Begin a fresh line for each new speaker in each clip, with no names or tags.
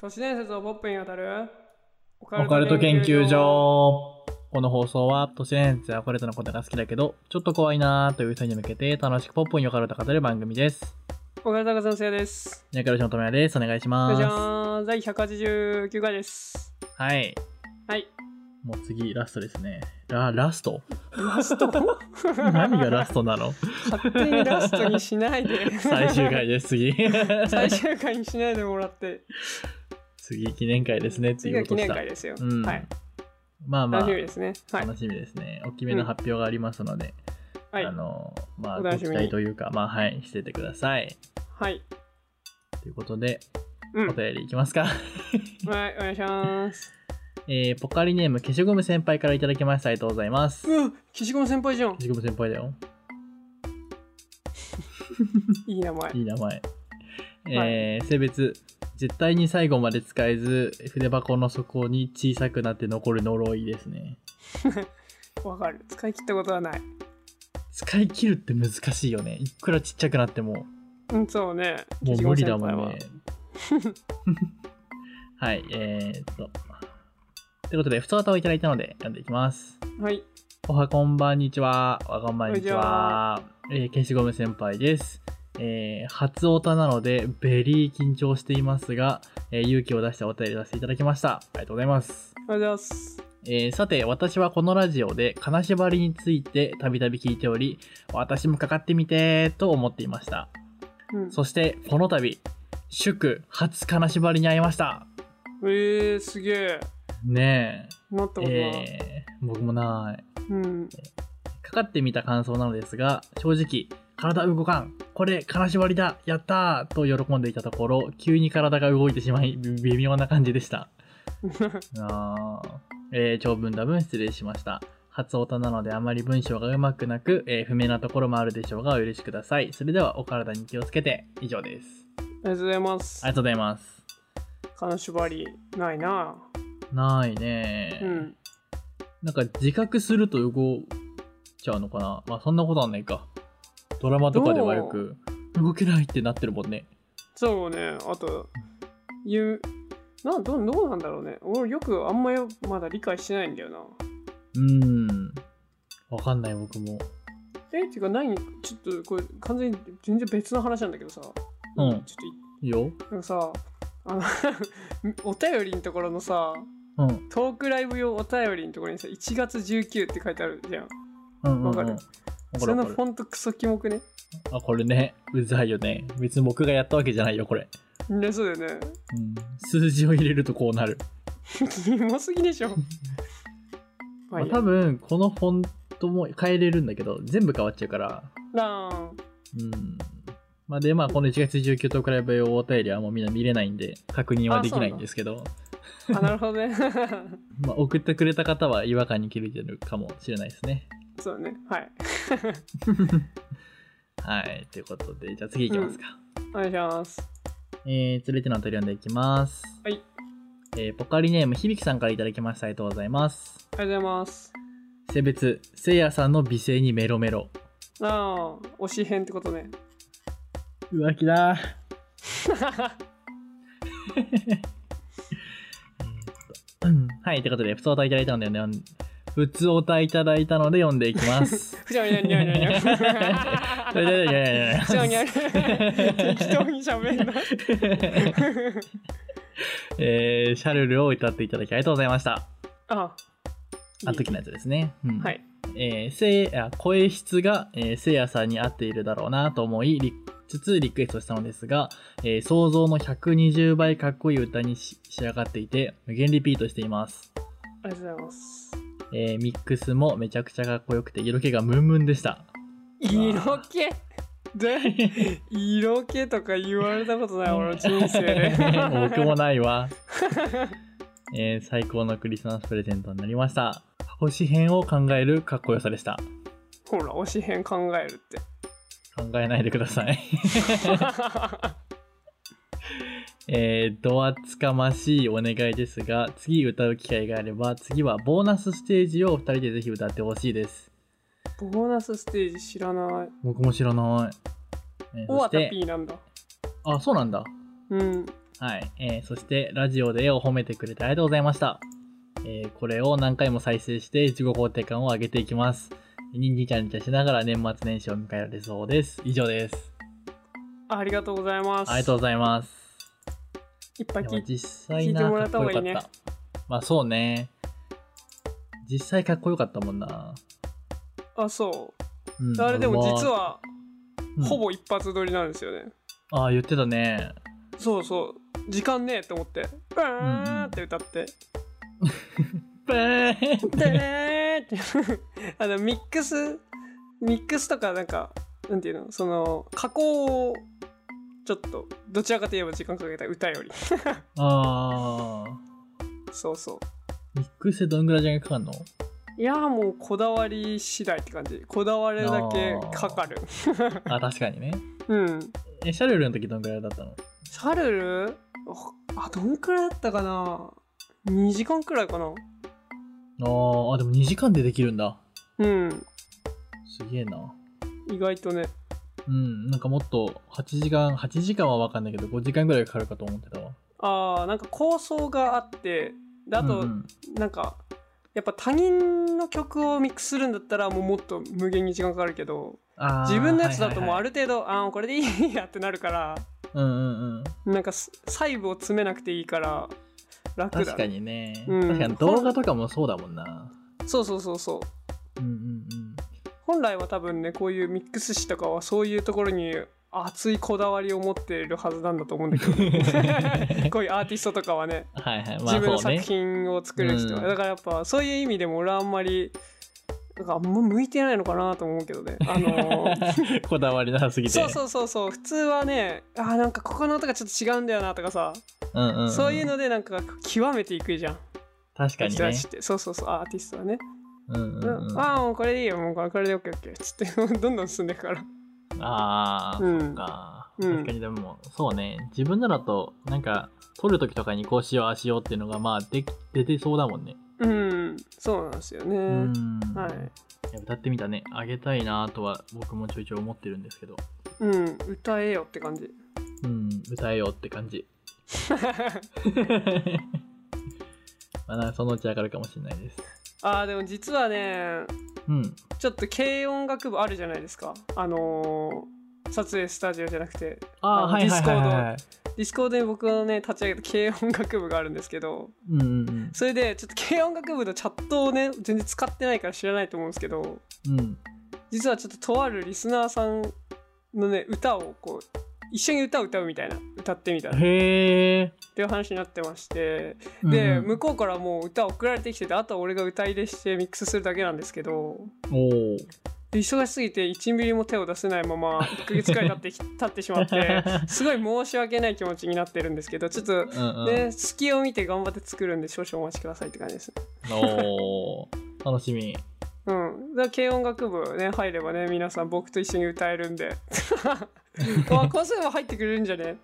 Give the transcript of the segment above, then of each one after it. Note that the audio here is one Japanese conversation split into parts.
都市伝説をポップに語るオ
オカルト研究所この放送は都市伝説やオカルトのことが好きだけどちょっと怖いなーという人に向けて楽しくポップにオカルトを語る番組です
オカルトが先生です
ニャクルシのとめやですお願いしま
じゃじゃ
す
ーん第189回です
はい
はい
もう次ラストですねララスト
ラス ト
何がラスト なの
勝手にラストにしないで
最終回です次
最終回にしないでもらって
次記念会ですねって
次
言お
が記
うと
念
した
会ですよ、
うん
はい
まあまあ
楽しみですねはい
楽しみですね大きめの発表がありますので、
はい
あのまあ
お
ご
楽し
期
みに
待というかまあはいしててください
はい
ということで
うん
お
はい
便りいきますか、
お願いします
えーポカリネーム消しゴム先輩からいただきましたありがとうございます消
うわ消しゴム先輩じゃん
しゴム先輩だよ
いい名前
いい名前えー性別絶対に最後まで使えず筆箱の底に小さくなって残る呪いですね
わかる使い切ったことはない
使い切るって難しいよねいくらちっちゃくなっても
うんそうね
もう無理だもんね
消しゴム先輩は。
はい、えー、っと。ということで、ふつおたをいただいたので、読んでいきます。
はい
おはこんばんにちは。おはこんばんにちは。えー、消しゴム先輩です。えー、初オタなので、ベリー緊張していますが、えー勇気を出してお便りさせていただきました。ありがとうございます。
ありがとうございます
えーさて、私はこのラジオで金縛りについてたびたび聞いており、私もかかってみてーと思っていました。
うん
そして、この度、祝、初金縛りに会いました。
えー、すげえ。
ね
なったこと
え。
ない。
えー僕もない。
うん。
かかってみた感想なのですが、正直、体動かん。これ、金縛りだやったーと喜んでいたところ、急に体が動いてしまい、び微妙な感じでした。あーえー長文多文失礼しました。初オタなのであまり文章がうまくなく、えー不明なところもあるでしょうが、お許しください。それでは、お体に気をつけて、以上です。
ありがとうございます
あり。がとうございます。
金縛りないな。
ないね、
うん。
なんか自覚すると動いちゃうのかなまあそんなことはないかドラマとかではよく動けないってなってるもんね
そうね。あと、ゆなどうどうなんだろうね。俺よくあんまよまだ理解してないんだよな。
うーんわかんない僕も
えっていうか何ちょっとこれ完全に全然別の話なんだけどさ。
うん
ちょ
いいよ
っとなんかさあの お便りのところのさ
うん
トークライブ用お便りのところにさ1月19って書いてあるじゃん。
うんうんうん
わかる
わ
そ
か
れ
る
の
わか
フ
る
ォントクソキモくね。
あこれねうざいよね別に僕がやったわけじゃないよこれ、
ねそうだよね。
うん、数字を入れるとこうなる、
キモすぎでしょ。まあ
まあ
いいや
多分このフォントも変えれるんだけど全部変わっちゃうから
なあ
うんまあでまあこの1月19と比べるお便りはもうみんな見れないんで確認はできないんですけど
あ、なるほどね。
まあ、送ってくれた方は違和感に気づいてるかもしれないですね。
そうね。はい。
はい、ということで、じゃあ次いきますか。
お願いします。
えー、続いてのお便り読んでいきます。
はい。
えー、ポカリネーム、響さんからいただきました。ありがとうございます。
ありがとうございます。
性別、せいやさんの美声にメロメロ。
ああ、推し編ってことね。
浮気だうんはい、ということで、普通お題いただいたので読んで、普通お題いただいたので読んでい きます。
ふちゃふちゃにゃにゃにゃにゃ。ふ
いやいやいやいやい
ちゃ
や
ふちゃにゃにゃ。適当に喋んな。
えー、シャルルを歌っていただきありがとうございました。
あ
あの時のやつですね。うん、
はい。
えーせいあ声質が、えー、せいやさんに合っているだろうなと思いリつつリクエストしたのですが、えー想像の120倍かっこいい歌にし仕上がっていて無限リピートしています、
ありがとうございます。
えーミックスもめちゃくちゃかっこよくて色気がムンムンでした
色気 で色気とか言われたことない俺の人生で
僕もないわ、 えー最高のクリスマスプレゼントになりました星編を考えるかっこよさでした
ほら推し編考えるって
考えないでくださいえー、ドアつかましいお願いですが次歌う機会があれば次はボーナスステージをお二人でぜひ歌ってほしいです
ボーナスステージ知らない
僕も知らない、えー
終わっ
そしたて
P なんだ
あそうなんだ
うん
はい、えーそしてラジオで絵を褒めてくれてありがとうございました、えーこれを何回も再生して自己肯定感を上げていきますにんにちゃんにちゃしながら年末年始を迎えられそうです以上です
ありがとうございます。
ありがとうございます
いっぱい
で
聞
も
い
実際な
聞いてもらっ
か
た
っ
方
こ
がい
よ
い
か
ね
ったまあそうね実際かっこよかったもんな、
あ、そう。
うん
あれでも実、は
俺は
ほ、ぼ一発撮りなんですよね。
うんああ言ってたね
そうそう。時間ねえと思って、バーンって歌って、
ブーンって
でーって あのミックスミックスとかなんかなんていうのその加工をちょっとどちらかといえば時間かけた歌より
ああ
そうそ
ミックスでどんぐらい時間 かかるの
ういやーもうこだわり次第って感じこだわるだけかかる
あ確かにね
うん
えシャルルの時どんぐらいだったの
シャルルあどんくらいだったかな2時間くらいかな
あーあでも2時間でできるんだ
うん
すげえな
意外とね
うんなんかもっと8時間8時間は分かんないけど5時間ぐらいかかるかと思ってたわ
あーなんか構想があってであと、
うんうん
なんかやっぱ他人の曲をミックスするんだったらもうもっと無限に時間かかるけど
あー
自分のやつだともう
は
あ
い
る程度、ああーこれでいいやってなるから
はいはいうんうんうん
なんかす細部を詰めなくていいから楽だ、ね、
確かにね、
うん
確かに動画とかもそうだもんな
そうそうそうそう
うんうんうん
本来は多分ねこういうミックス誌とかはそういうところに熱いこだわりを持っているはずなんだと思うんだけど こういうアーティストとかはね
はいはいま
自
あ
分の
そう
作
ね
品を作る人は、
うん
だからやっぱそういう意味でも俺はあんまりなんかあんま向いてないのかなと思うけどねあのー
こだわりなさすぎて
そうそうそうそう普通はねあーなんかここの音がちょっと違うんだよなとかさ、
うんうんん、
そういうのでなんか極めていくじゃん
確かに
人
ね
たちってそうそうそうアーティストはね、
うんうん
う
うん
んああもうこれでいいよもうこれこれで OKOK っつって どんどん進んでいくから
ああ、
うん
そっか。
うん
確かにでも、そうね。自分ならと、なんか、撮るときとかにこうしよう、ああしようっていうのが、まあ、でき、出てそうだもんね。
うんそうなんですよね、
うん。
はい
いや歌ってみたね。あげたいなとは、僕もちょいちょい思ってるんですけど。
うん歌えよって感じ
うん、歌えよって感じ。まあな、そのうち上がるかもしれないです。
ああでも実はね
うん。
ちょっと軽音楽部あるじゃないですかあのー撮影スタジオじゃなくて
ああー、
あの
はいはいはいはいはい。
ディスコードに僕のね立ち上げた軽音楽部があるんですけど
うんうんうん。
それでちょっと軽音楽部のチャットをね全然使ってないから知らないと思うんですけど
うん。
実はちょっととあるリスナーさんのね歌をこう一緒に歌を歌うみたいな歌ってみたらっ
へえ。
ていう話になってまして
うんうん
で向こうからもう歌送られてきててあとは俺が歌入れしてミックスするだけなんですけど
おお。
で忙しすぎて1ミリも手を出せないまま1ヶ月くらい経 ってき経ってしまってすごい申し訳ない気持ちになってるんですけどちょっと
うんうん。
ね、隙を見て頑張って作るんで少々お待ちくださいって感じですね。
おー楽しみ。
うん。だから軽音楽部ね、入ればね、皆さん僕と一緒に歌えるん で。まあ、個数も入ってくれるんじゃね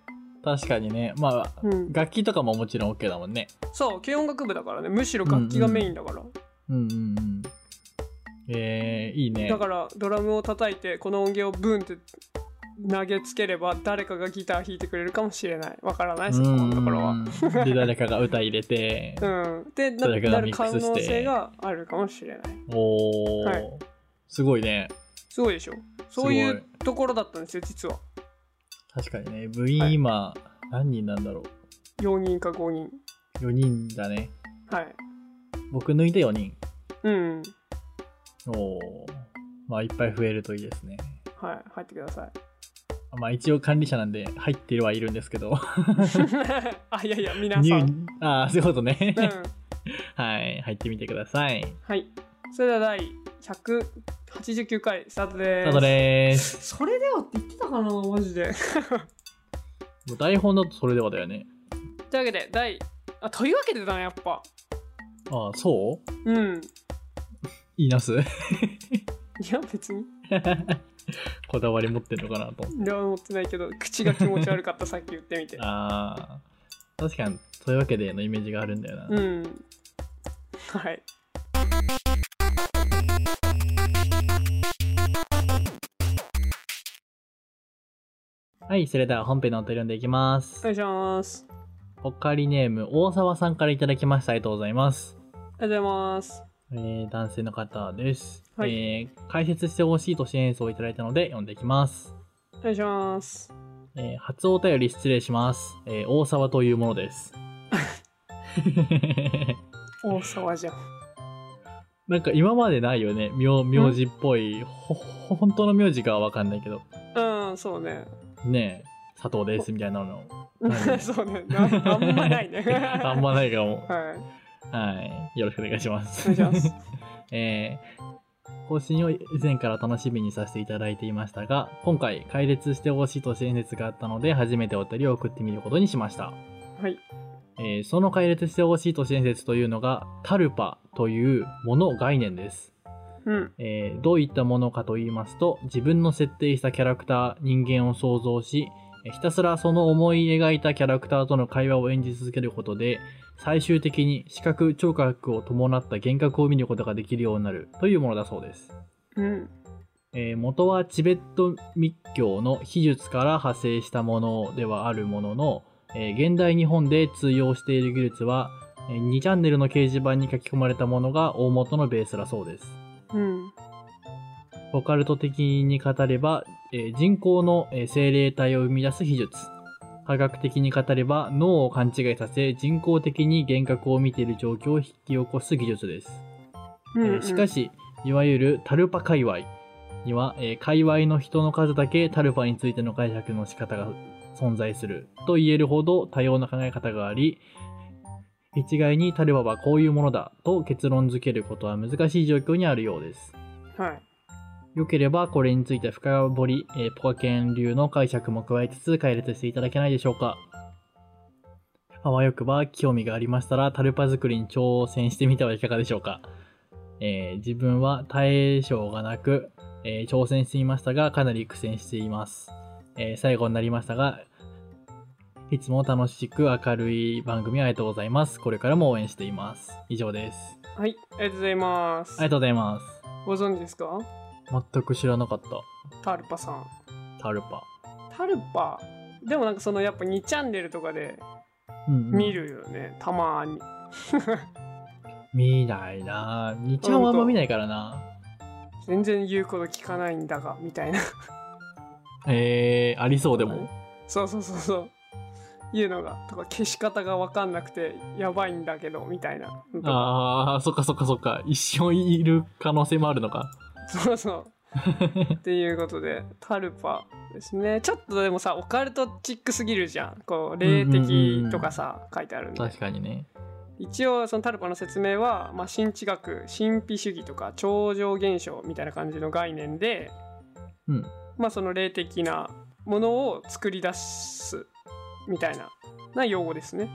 確かにね。まあ、
うん。
楽器とかももちろん OK だもんね。
そう、軽音楽部だからね、むしろ楽器がメインだから。
うんうんうん。えー、いいね。
だから、ドラムを叩いて、この音源をブンって投げつければ、誰かがギター弾いてくれるかもしれない。わからない、そこ
うんう
の
ん
ところは。
うんで、誰かが歌入れて、
うん。で、な
それが
な
ミ
る
ッ
可
クスして
能性があるかもしれない。
おー、
はい
すごいね。
すごいでしょそういうところだったんですよ、実は。
確かにね。部員今、何人なんだろ
4人か5人。
う。4人だね。
はい。
僕抜いて4人。
うん。
おー。まあ、いっぱい増えるといいですね。
はい、入ってくださ い。
まあ、一応管理者なんで入ってるはいるんですけど。
あ、いやいや、皆
入
さん。
ああ、そういうことね。
うん、
はい。入ってみてください。
はい。それでは第189回スタートです。
スタートです。
それではって言ってたかな、マジで。
もう台本だとそれではだよね。
というわけで、第。あ、というわけでだね、やっぱ。
ああ、そう
うん。い
言いなす
や、別に。
こだわり持ってるのかなと思って。
俺は思ってないけど、口が気持ち悪かった、さっき言ってみて。
ああ、確かに、そういうわけでのイメージがあるんだよな。
うん。はい。
はい、それでは本編の音読んでいきます。
お願いします。
オカリネーム、大沢さんからいただきました。ありがとうございます。
ありがとうございます。
えー男性の方です。
はい
えー解説してほしいと支援演奏をいただいたので読んでいきます。
お願いします。
えー初お便り失礼します。えー大沢というもの です。
大沢じゃん。
なんか今までないよね。名名字っぽい。ほ、ほ本当の名字かはわかんないけど。
うん、そうね。
ねえ、佐藤ですみたいなの。。
うん そうね。なあんまないね
あんまないかも。
はい。
はい。よろしくお願いします。
お願いします。
えー更新を以前から楽しみにさせていただいていましたが、今回、解列してほしいと演説があったので、初めてお便りを送ってみることにしました。
はい。
えーその解列してほしいと演説というのが、タルパというもの概念です。
うん。
えーどういったものかと言いますと、自分の設定したキャラクター、人間を想像し、えーひたすらその思い描いたキャラクターとの会話を演じ続けることで、最終的に視覚、聴覚を伴った幻覚を見ることができるようになるというものだそうです。
うん。
えー元はチベット密教の秘術から派生したものではあるものの、えー現代日本で通用している技術は、えー2チャンネルの掲示板に書き込まれたものが大元のベースだそうです。
うん。
オカルト的に語れば、えー人工のえー精霊体を生み出す秘術。科学的に語れば脳を勘違いさせ人工的に幻覚を見ている状況を引き起こす技術です。
うん
えーしか、しいわゆるタルパ界隈には、えー界隈の人の数だけタルパについての解釈の仕方が存在すると言えるほど多様な考え方があり一概にタルパはこういうものだと結論付けることは難しい状況にあるようです
うんはい。
良ければこれについて深掘り、えーポカケン流の解釈も加えつつ解説していただけないでしょうかあわよくば興味がありましたらタルパ作りに挑戦してみてはいかがでしょうか、えー自分は対象がなく、えー挑戦していましたがかなり苦戦しています、えー最後になりましたがいつも楽しく明るい番組ありがとうございますこれからも応援しています以上です
はい。ありがとうございま
ありが
す。
とうございます
ご存知ですか
全く知らなかった
タルパさん。
タルパ
タルパ。でもなんかそのやっぱ2チャンネルとかで
うんうん
見るよね。たまに。
見ないなぁ。2ちゃんはあんま見ないからな。
全然言うこと聞かないんだが、みたいな。
えー、ありそうでも。
そうそうそうそう。いうのがとか消し方が分かんなくてやばいんだけどみたいなのとか
あー、そっかそっかそっか。一緒にいる可能性もあるのか。
そう そう。っていうことでタルパですねちょっとでもさオカルトチックすぎるじゃんこう霊的とかさ書いてあるんで
確かにね。
一応そのタルパの説明は、まあ、新知学神秘主義とか超常現象みたいな感じの概念で、
うん
まあ、その霊的なものを作り出すみたいなな用語ですね。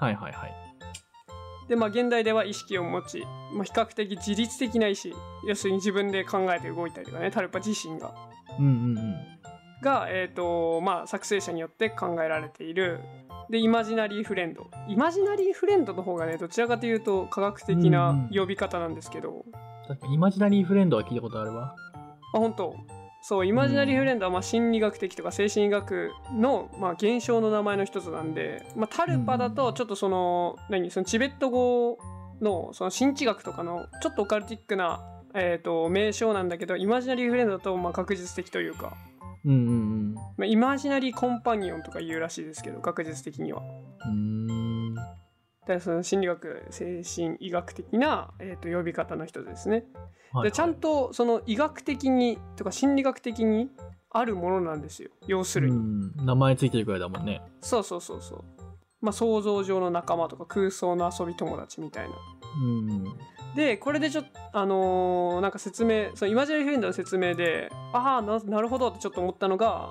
はいはいはい。
でまあ現代では意識を持ち、まあ、比較的自律的な意思要するに自分で考えて動いたりとかねタルパ自身が
うんうんうん。
が、えーとまあ、作成者によって考えられているでイマジナリーフレンドイマジナリーフレンドの方がねどちらかというと科学的な呼び方なんですけど、あ
確かにイマジナリーフレンドは聞いたことあるわ。
本当そうイマジナリーフレンドはまあ心理学的とか精神医学の、まあ、現象の名前の一つなんで、まあ、タルパだとちょっとその,、何そのチベット語のその神知学とかのちょっとオカルティックな、えー、と名称なんだけどイマジナリーフレンドだとまあ確実的というか、
うんうん
まあ、イマジナリーコンパニオンとか言うらしいですけど確実的には。
うん。うーん。
でその心理学精神医学的な、えー、と呼び方の一つですね。
はいはい
でちゃんとその医学的にとか心理学的にあるものなんですよ要するに、
うん名前ついてるくらいだもんね。
そうそうそうそう、まあ、想像上の仲間とか空想の遊び友達みたいな。
うん。
でこれでちょっとあのーなんか説明そのイマジナリーフレンドの説明でああななるほどってちょっと思ったのが、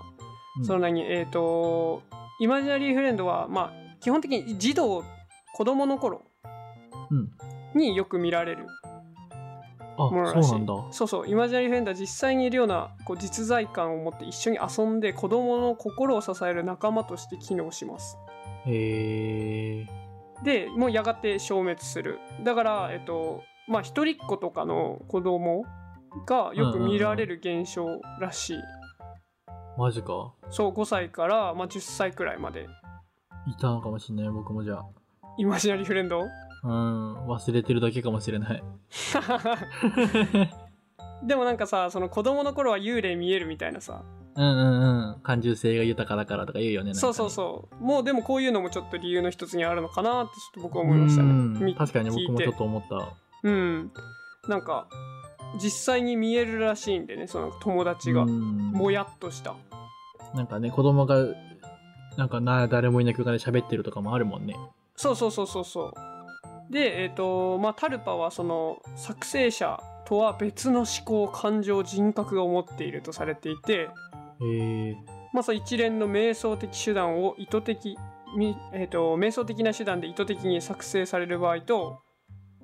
うん
その何えっ、とイマジナリーフレンドはまあ基本的に児童子供の頃
うん
によく見られるもの
あ、
らしい
そうなんだ。
そうそうイマジナリーフレンドは実際にいるようなこう実在感を持って一緒に遊んで子どもの心を支える仲間として機能します
へえ。
でもうやがて消滅するだからえっとまあ一人っ子とかの子供がよく見られる現象らしい、
マジか。
そう5歳から、まあ、10歳くらいまで
いたのかもしれない僕もじゃ
イマジナリーフレンド
あうん忘れてるだけかもしれない
でもなんかさその子供の頃は幽霊見えるみたいなさ
うんうんうん感受性が豊かだからとか言うよね
そうそう
う
そうもうでもこういうのもちょっと理由の一つにあるのかなってちょっと僕は思いましたね
ん
み
確かに僕も
聞いて
ちょっと思った
うんなんか実際に見えるらしいんでねその友達が
うん
もやっとした
なんかね子供がなんかな誰もいない空間で喋ってるとかもあるもんね
そうそうそうそうそうでえっ、とまあタルパはその作成者とは別の思考感情人格を持っているとされていて
へえ
まあ、その一連の瞑想的手段を意図的に、えー、と瞑想的な手段で意図的に作成される場合と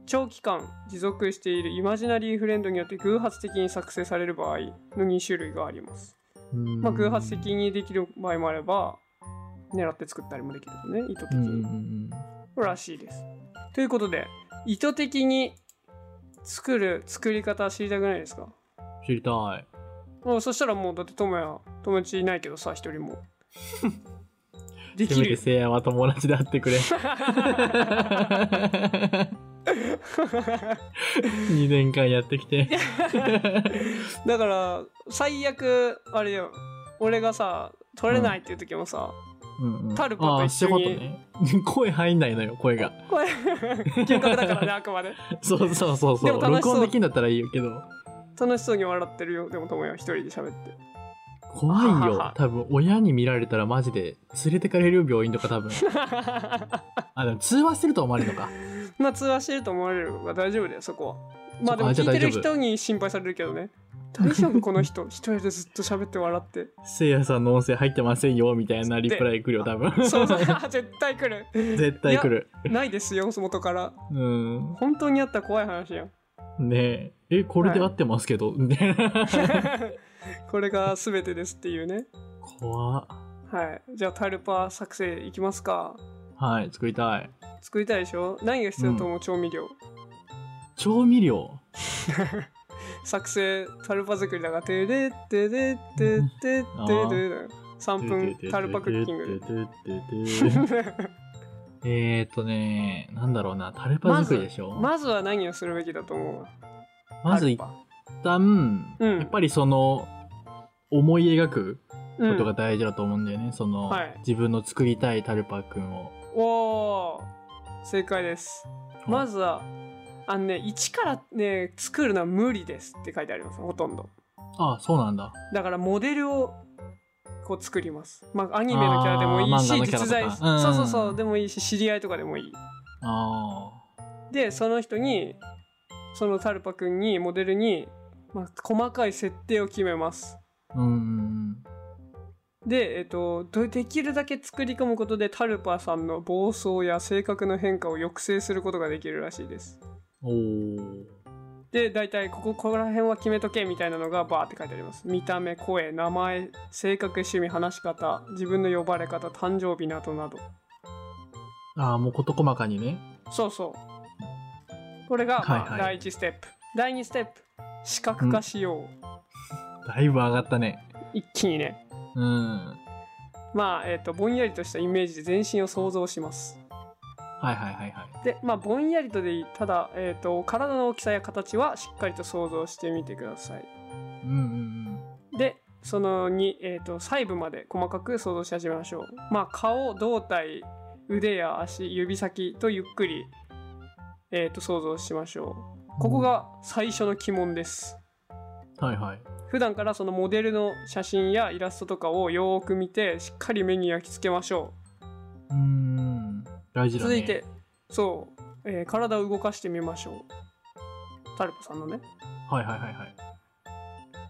長期間持続しているイマジナリーフレンドによって偶発的に作成される場合の2種類があります。まあ、偶発的にできる場合もあれば狙って作ったりもできるとね意図的
うんうん
に
うん
らしいです。ということで意図的に作る作り方知りたくないですか
知りたい
あそしたらもうだって友也友達いないけどさ一人も で
せ
きる
めて
よ
せいやは友達であって くれ2年間やって きて
だから最悪あれよ俺がさ取れないっていう時もさ、
うん、うん、
タルパと一緒に
あーそういうことね声入んないのよ声が
これ 幻覚だからねあくまで
そうそうそうそ
で
う
も楽し
録
そう
音できんだったらいいよけど
楽しそうに笑ってるよでも友也は一人で喋って
怖い
はは
よ多分親に見られたらマジで連れてかれる病院とか多分あでも通話してると思われるのか
まあ通話してると思われるが大丈夫だよそこはまあでも
あじ
聞
ゃ
いて
あ
る
大丈夫
人に心配されるけどね大丈夫この人一人でずっと喋って笑って
せいやさんの音声入ってませんよみたいなリプライ来るよ多分
そうそう絶対来る
絶対来る
ないですよ元から
うん
本当にあった怖い話 やん
ねええこれで合ってますけど、 みたいな
これが全てですっていうね
怖っ
はいじゃあタルパ作成いきますか
はい作りたい
作りたいでしょ何が必要だと思う、調味料
調味料
作成タルパ作りだからてれってれってってって
あ
れだよ3分タルパクッキング
グ えーっとねなんだろうなタルパ作りでしょ
で
ま
まずは何をするべきだと思う
ず一
タルパ
旦、
うん
やっぱりその思い描く
う
ことが
ん、
大事だと思うんだよね、その、
はい
自分の作りたいタルパくんを
おー正解です
お
まずはあのね一からね作るのは無理ですって書いてありますほとんど
あそうなんだ
だからモデルをこう作ります。まあアニメのキャラでもいい
あー漫画
し
のキャ
実
ラと
在、
かうんうん
そうそうそうでもいいし知り合いとかでもいい。
あ
でその人にそのタルパくんにモデルに、まあ、細かい設定を決めます。
ーうんうん
で、えっと、どできるだけ作り込むことでタルパさんの暴走や性格の変化を抑制することができるらしいです。
うんおお
で大体ここここら辺は決めとけみたいなのがバーって書いてあります見た目声名前性格趣味話し方自分の呼ばれ方誕生日などなど
ああもう事細かにね
そうそうこれが、
はい
まあ
はい
第1ステップ第2ステップ視覚化しよう、
だいぶ上がったね
一気にね
うん
まあえっ、とぼんやりとしたイメージで全身を想像します
はいはいはいはい。
でまあぼんやりとでいいただ、えっと体の大きさや形はしっかりと想像してみてください
うんうん
でその2、えー、と細部まで細かく想像し始めましょうまあ顔胴体腕や足指先とゆっくり、えー、と想像しましょうここが最初の鬼門です
うん。はいはい。
普段からそのモデルの写真やイラストとかをよーく見てしっかり目に焼き付けましょ
うーん。大
う
事だね。
続いて。そう、えー体を動かしてみましょうタルポさんのね
はいはいはいはい。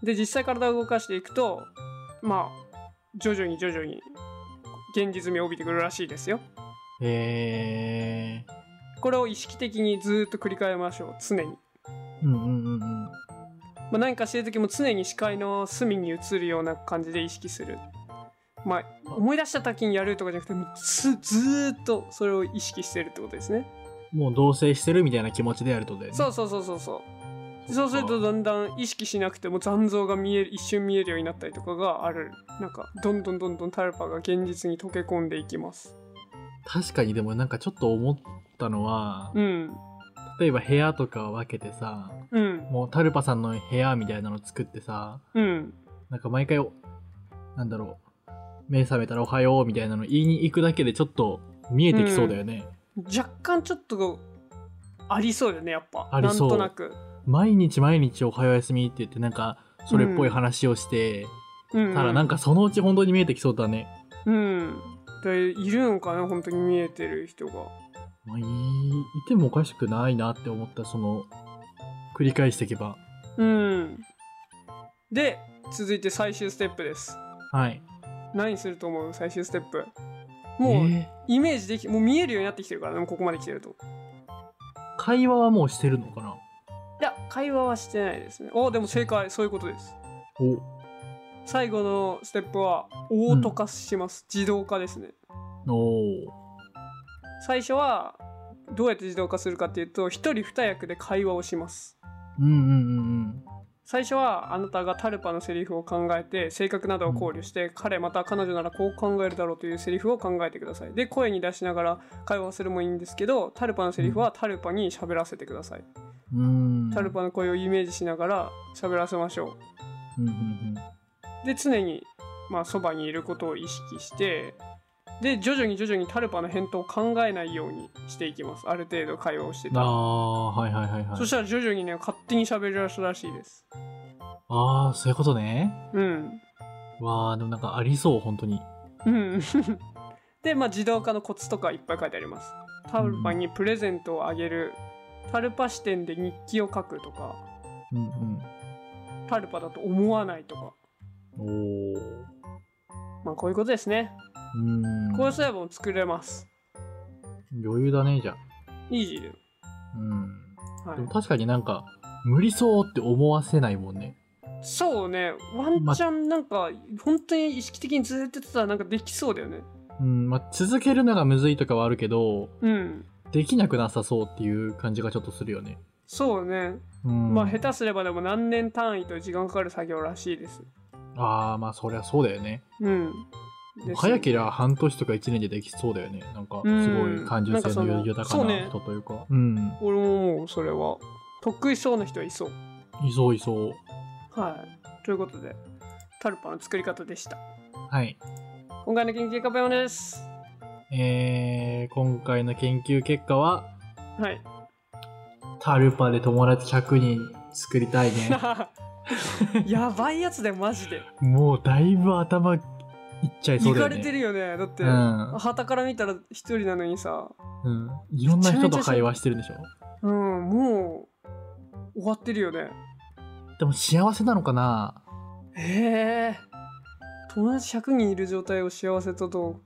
で実際体を動かしていくとまあ徐々に徐々に現実味を帯びてくるらしいですよ
え
これを意識的にずーっと繰り返しましょう常に、
ー。うんうんうんうん。
まあ、何かしてる時も常に視界の隅に映るような感じで意識するまあ思い出した時にやるとかじゃなくてもうずずーっとそれを意識してるってことですね
もう同棲してるみたいな気持ちでやるってことだよね。
そうそうそうそうそうそうするとだんだん意識しなくても残像が見える一瞬見えるようになったりとかがあるなんかどんどんどんどんタルパが現実に溶け込んでいきます
確かにでもなんかちょっと思ったのは、
うん
例えば部屋とか分けてさ
うん
もうタルパさんの部屋みたいなの作ってさ
うん
なんか毎回おなんだろう目覚めたら「おはよう」みたいなの言いに行くだけでちょっと見えてきそうだよね、
若干ちょっとありそうよねやっぱ
ありそう
なんとなく、
毎日毎日「おはようやすみ」って言ってなんかそれっぽい話をして、
うん、
ただなんかそのうち本当に見えてきそうだね、
うんでいるのかな本当に見えてる人が
まあ、いいてもおかしくないなって思ったその繰り返していけば
うんで続いて最終ステップです
はい
何すると思う最終ステップもう
えー
イメージできもう見えるようになってきてるからねもうここまで来てると
会話はもうしてるのかない
や会話はしてないですねおでも正解そういうことです
お
最後のステップはオート化します、自動化ですね
おー
最初はどうやって自動化するかっていうと一人二役で会話をします
うんうんうん
最初はあなたがタルパのセリフを考えて性格などを考慮して、彼また彼女ならこう考えるだろうというセリフを考えてくださいで声に出しながら会話するもいいんですけどタルパのセリフはタルパに喋らせてください、
うんうーん
タルパの声をイメージしながら喋らせましょ
うんうんうん
うで常にまあそばにいることを意識してで徐々に徐々にタルパの返答を考えないようにしていきますある程度会話をしてた
あ
ら
あはいはいはいはい
そしたら徐々にね勝手に喋り出すらしいです
ああそういうことね
うん
わあでもなんかありそう本当に
うん でまあ自動化のコツとかいっぱい書いてありますタルパにプレゼントをあげるタルパ視点で日記を書くとか
うんうん
タルパだと思わないとか
おお
まあこういうことですね
うん
こうすればもう作れます
余裕だねじゃあ
イージーで、
うん
は
でも
い、
確かになんか無理そうって思わせないもんね
そうねワンチャンなんか本当に意識的にずっとやってたらなんかできそうだよね
うんまあ続けるのがむずいとかはあるけど
うん
できなくなさそうっていう感じがちょっとするよね
そうね
うん
まあ下手すればでも何年単位と時間かかる作業らしいです
ああまあそりゃそうだよね
うん。です
早ければ半年とか1年でできそうだよねなんか
うん
すごい感受性
なんかそ
の
の
豊
そ
か
うね
な人というかうん
俺ももうそれは得意そうな人はいそう。
いそういそう
はい。ということで、タルパの作り方でした。
はい
今回の研究カペオンです。
えー、今回の研究結果は
はい。
タルパで友達100人作りたい ね
やばいやつでマジ で。
もうだいぶ頭いっちゃいそ
いう
だ
か
よ
れ
ね
てるよね。だって、
う
は
ん
たから見たら一人なのにさ、
うん、いろんな人と会話してるんでしょ
うん、もう終わってるよね。
でも幸せなのかな
ええ友達100人いる状態を幸せとどう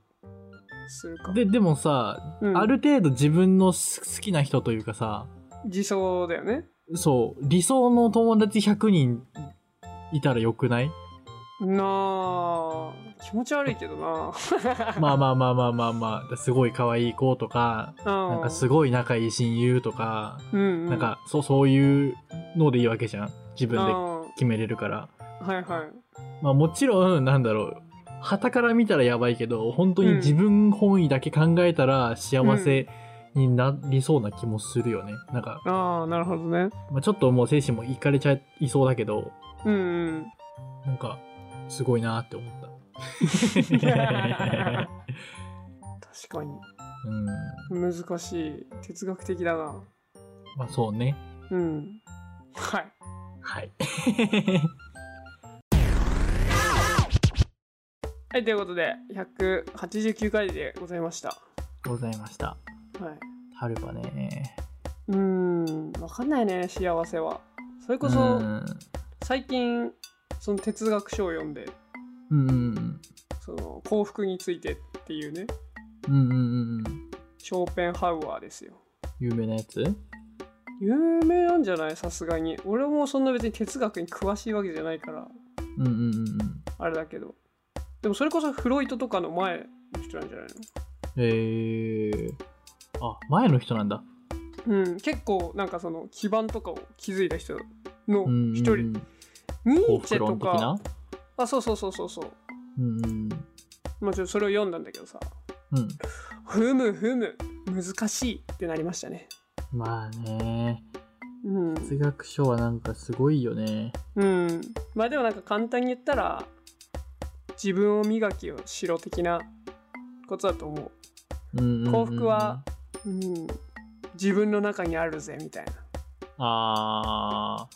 するか。
ででもさ、
うん
ある程度自分のす好きな人というかさ
自走だよね。
そう理想の友達100人いたらよくない
なあ気持ち悪いけどな
まあまあまあまあまあまあすごい可愛い子とか
な
なんかすごい仲いい親友とか、
うんうん、
なんかそうそういうのでいいわけじゃん自分で
あ
決めれるから
あはいはい
まあもちろんなんだろう旗から見たらやばいけど本当に自分本位だけ考えたら幸せになりそうな気もするよね、なんか、
ああなるほどね
まあ、ちょっともう精神もいかれちゃいそうだけど
うんうん
なんかすごいなって思 った、
確かに
うん、
難しい哲学的だな
まあそうね
うんはい
はい
はいということで189回でございました
ございました
はい
タルパね
うーん分かんないね幸せはそれこ
う
そ
ん
最近その哲学書を読んで
うんうん
その幸福についてっていうね
うんうんうんうん
ショーペンハウアーですよ
有名なやつ
有名なんじゃないさすがに俺もそんな別に哲学に詳しいわけじゃないから
うんうんうんうん
あれだけどでもそれこそフロイトとかの前の人なんじゃない
えー、あ前の人なんだ
のうん結構なんかその基盤とかを築いた人の
うん
一人、
うんうん
ニ
幸
ーチ
福
ェと
論的
か
な
あそうそうそうそうそう
うんうん
まあちょっとそれを読んだんだけどさ
うん。
ふむふむ難しいってなりましたね
まあね。
うん、
哲学書はなんかすごいよね。
うん、まあでもなんか簡単に言ったら自分を磨きをしろ的なことだと思
うんうんうんうん
幸福は。う、うん、自分の中にあるぜみたいな
ああ。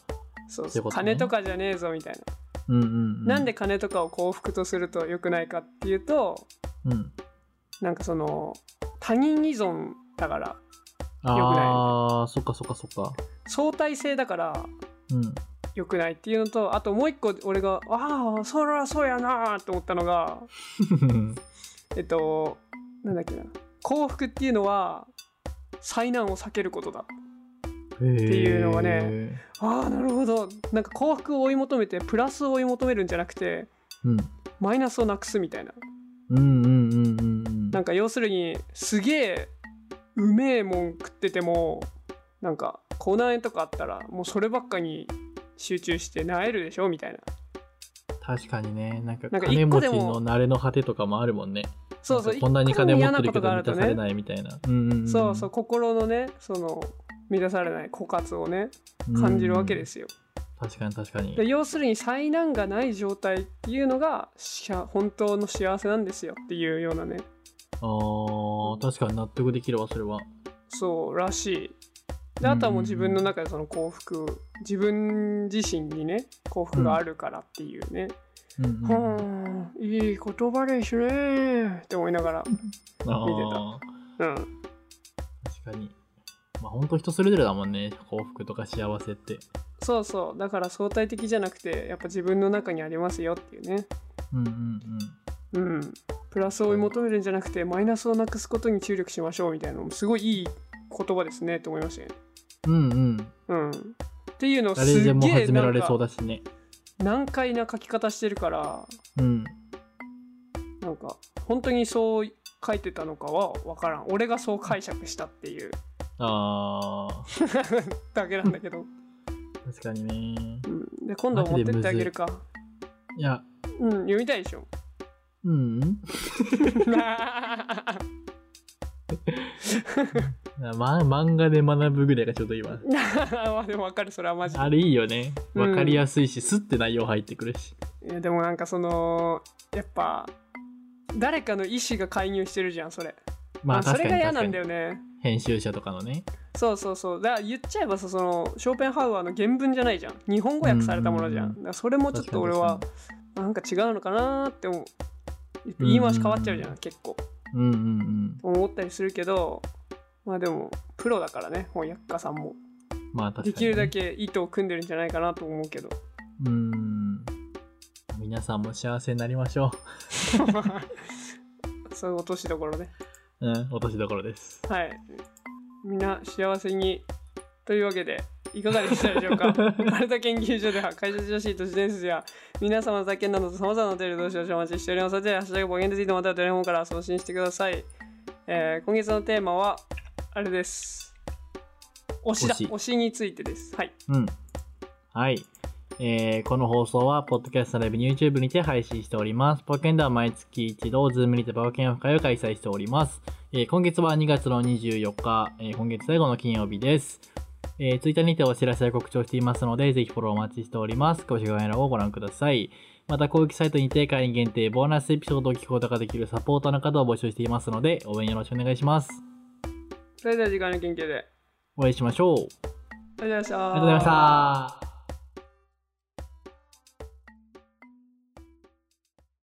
そう
って
そう
ことね
金とかじゃねえぞみたいな、
うんうん、うん。
なんで金とかを幸福とすると良くないかっていうと
うん。
なんかその他人依存だから
ああ、そっかそっかそっか。
相対性だから
うん。
良くないっていうのとあともう一個俺がああそらそうやなーと思ったのがえっとなんだっけな幸福っていうのは災難を避けることだ
っていう
のはね。ああなるほどなんか幸福を追い求めてプラスを追い求めるんじゃなくて
うん。
マイナスをなくすみたいな
うんうんうんうんうん。
なんか要するにすげえうめえもん食っててもなんか口内炎とかあったらもうそればっかに集中してなえるでしょみたいな
確かにね。なんか
なんか
金
一
持
個
ち
でも
の慣れの果てとかもあるもんね。
そうそう
こんなに金持ってる
一個で
けど
も嫌なことが
満た
あ
され
るとね
ないみたいな。うんうんん。
そうそう心のねその満たされない枯渇をね感じるわけですすよ
確かに確かに。
で要するに災難がない状態っていうのがしゃ本当の幸せなんですよっていうようなね
あー確かに納得できるわそれは
そうらしいであとはもう自分の中でその幸福自分自身にね幸福があるからっていうね、
うんうん
はあいい言葉ですねって思いながら
あ
うん
ー確かにまあ本当人それぞれだもんね幸福とか幸せって
そうそうだから相対的じゃなくてやっぱ自分の中にありますよっていうね
うんうん
うんプラスを追い求めるんじゃなくてマイナスをなくすことに注力しましょうみたいなのもすごいいい言葉ですねって思いましたね
うんうんうん
うんっていうのを
誰
す
で
っ
も
げえ
始め
な
ら
ん
れそう
か
だしね
難解な書き方してるから
うん
なんか本当にそう書いてたのかは分からん俺がそう解釈したっていう
あー
だけなんだけど、
確かにね
うん、で今度は持ってってあげるか
いや
うん読みたいでしょ
うんま、漫画で学ぶぐらいがちょうどいいわ
まあでも分かるそれはマジで
あれいいよね
うん
わかりやすいし、スッて内容入ってくるし
いやでもなんかそのやっぱ誰かの意思が介入してるじゃんそれ、
まあ
そ
確か
れ
に
が嫌
確
な
か
ん
に
だよね
編集者とかのね
そうそうそうだから言っちゃえばさそのショーペンハウアーの原文じゃないじゃん日本語訳されたものじゃん,、
うんうん
だからそれもちょっと俺は
確か
なんか違うのかなーって思う
うん
言い回し変わっちゃうじゃん、結構
にうんうんうん
思ったりするけどまあでもプロだからね翻訳家さんも
まあ確かにね、
できるだけ意図を組んでるんじゃないかなと思うけど
うーん。皆さんも幸せになりましょ
そういう落としどころね
う。うん、落としどころです。
はいみんな幸せにというわけでいかがでしたでしょう か体研究所では会社女子都市伝説や皆様の体験などさまざまなテレビどうしどしお待ちしておりますので、ハッシュタグボゲンでついてまたはテレフォンから送信してください。えー今月のテーマは、あれです。推しだ。
推し
推しについてです。はい。
うん。はい。えーこの放送は、ポッドキャストライブ、YouTube にて配信しております。ポケンでは毎月一度、ズームにてバーケンオフ会を開催しております。えー今月は2月の24日、えー今月最後の金曜日です。えー、Twitter にてお知らせや告知をしていますので、ぜひフォローお待ちしております。ご視聴の方をご覧ください。また、公式サイトにて会員限定、ボーナスエピソードを聞くことができるサポーターの方を募集していますので、応援よろしくお願いします。
それでは次回の研究で。
お会いしましょう。
ありがとうございました。
ありがとうございました。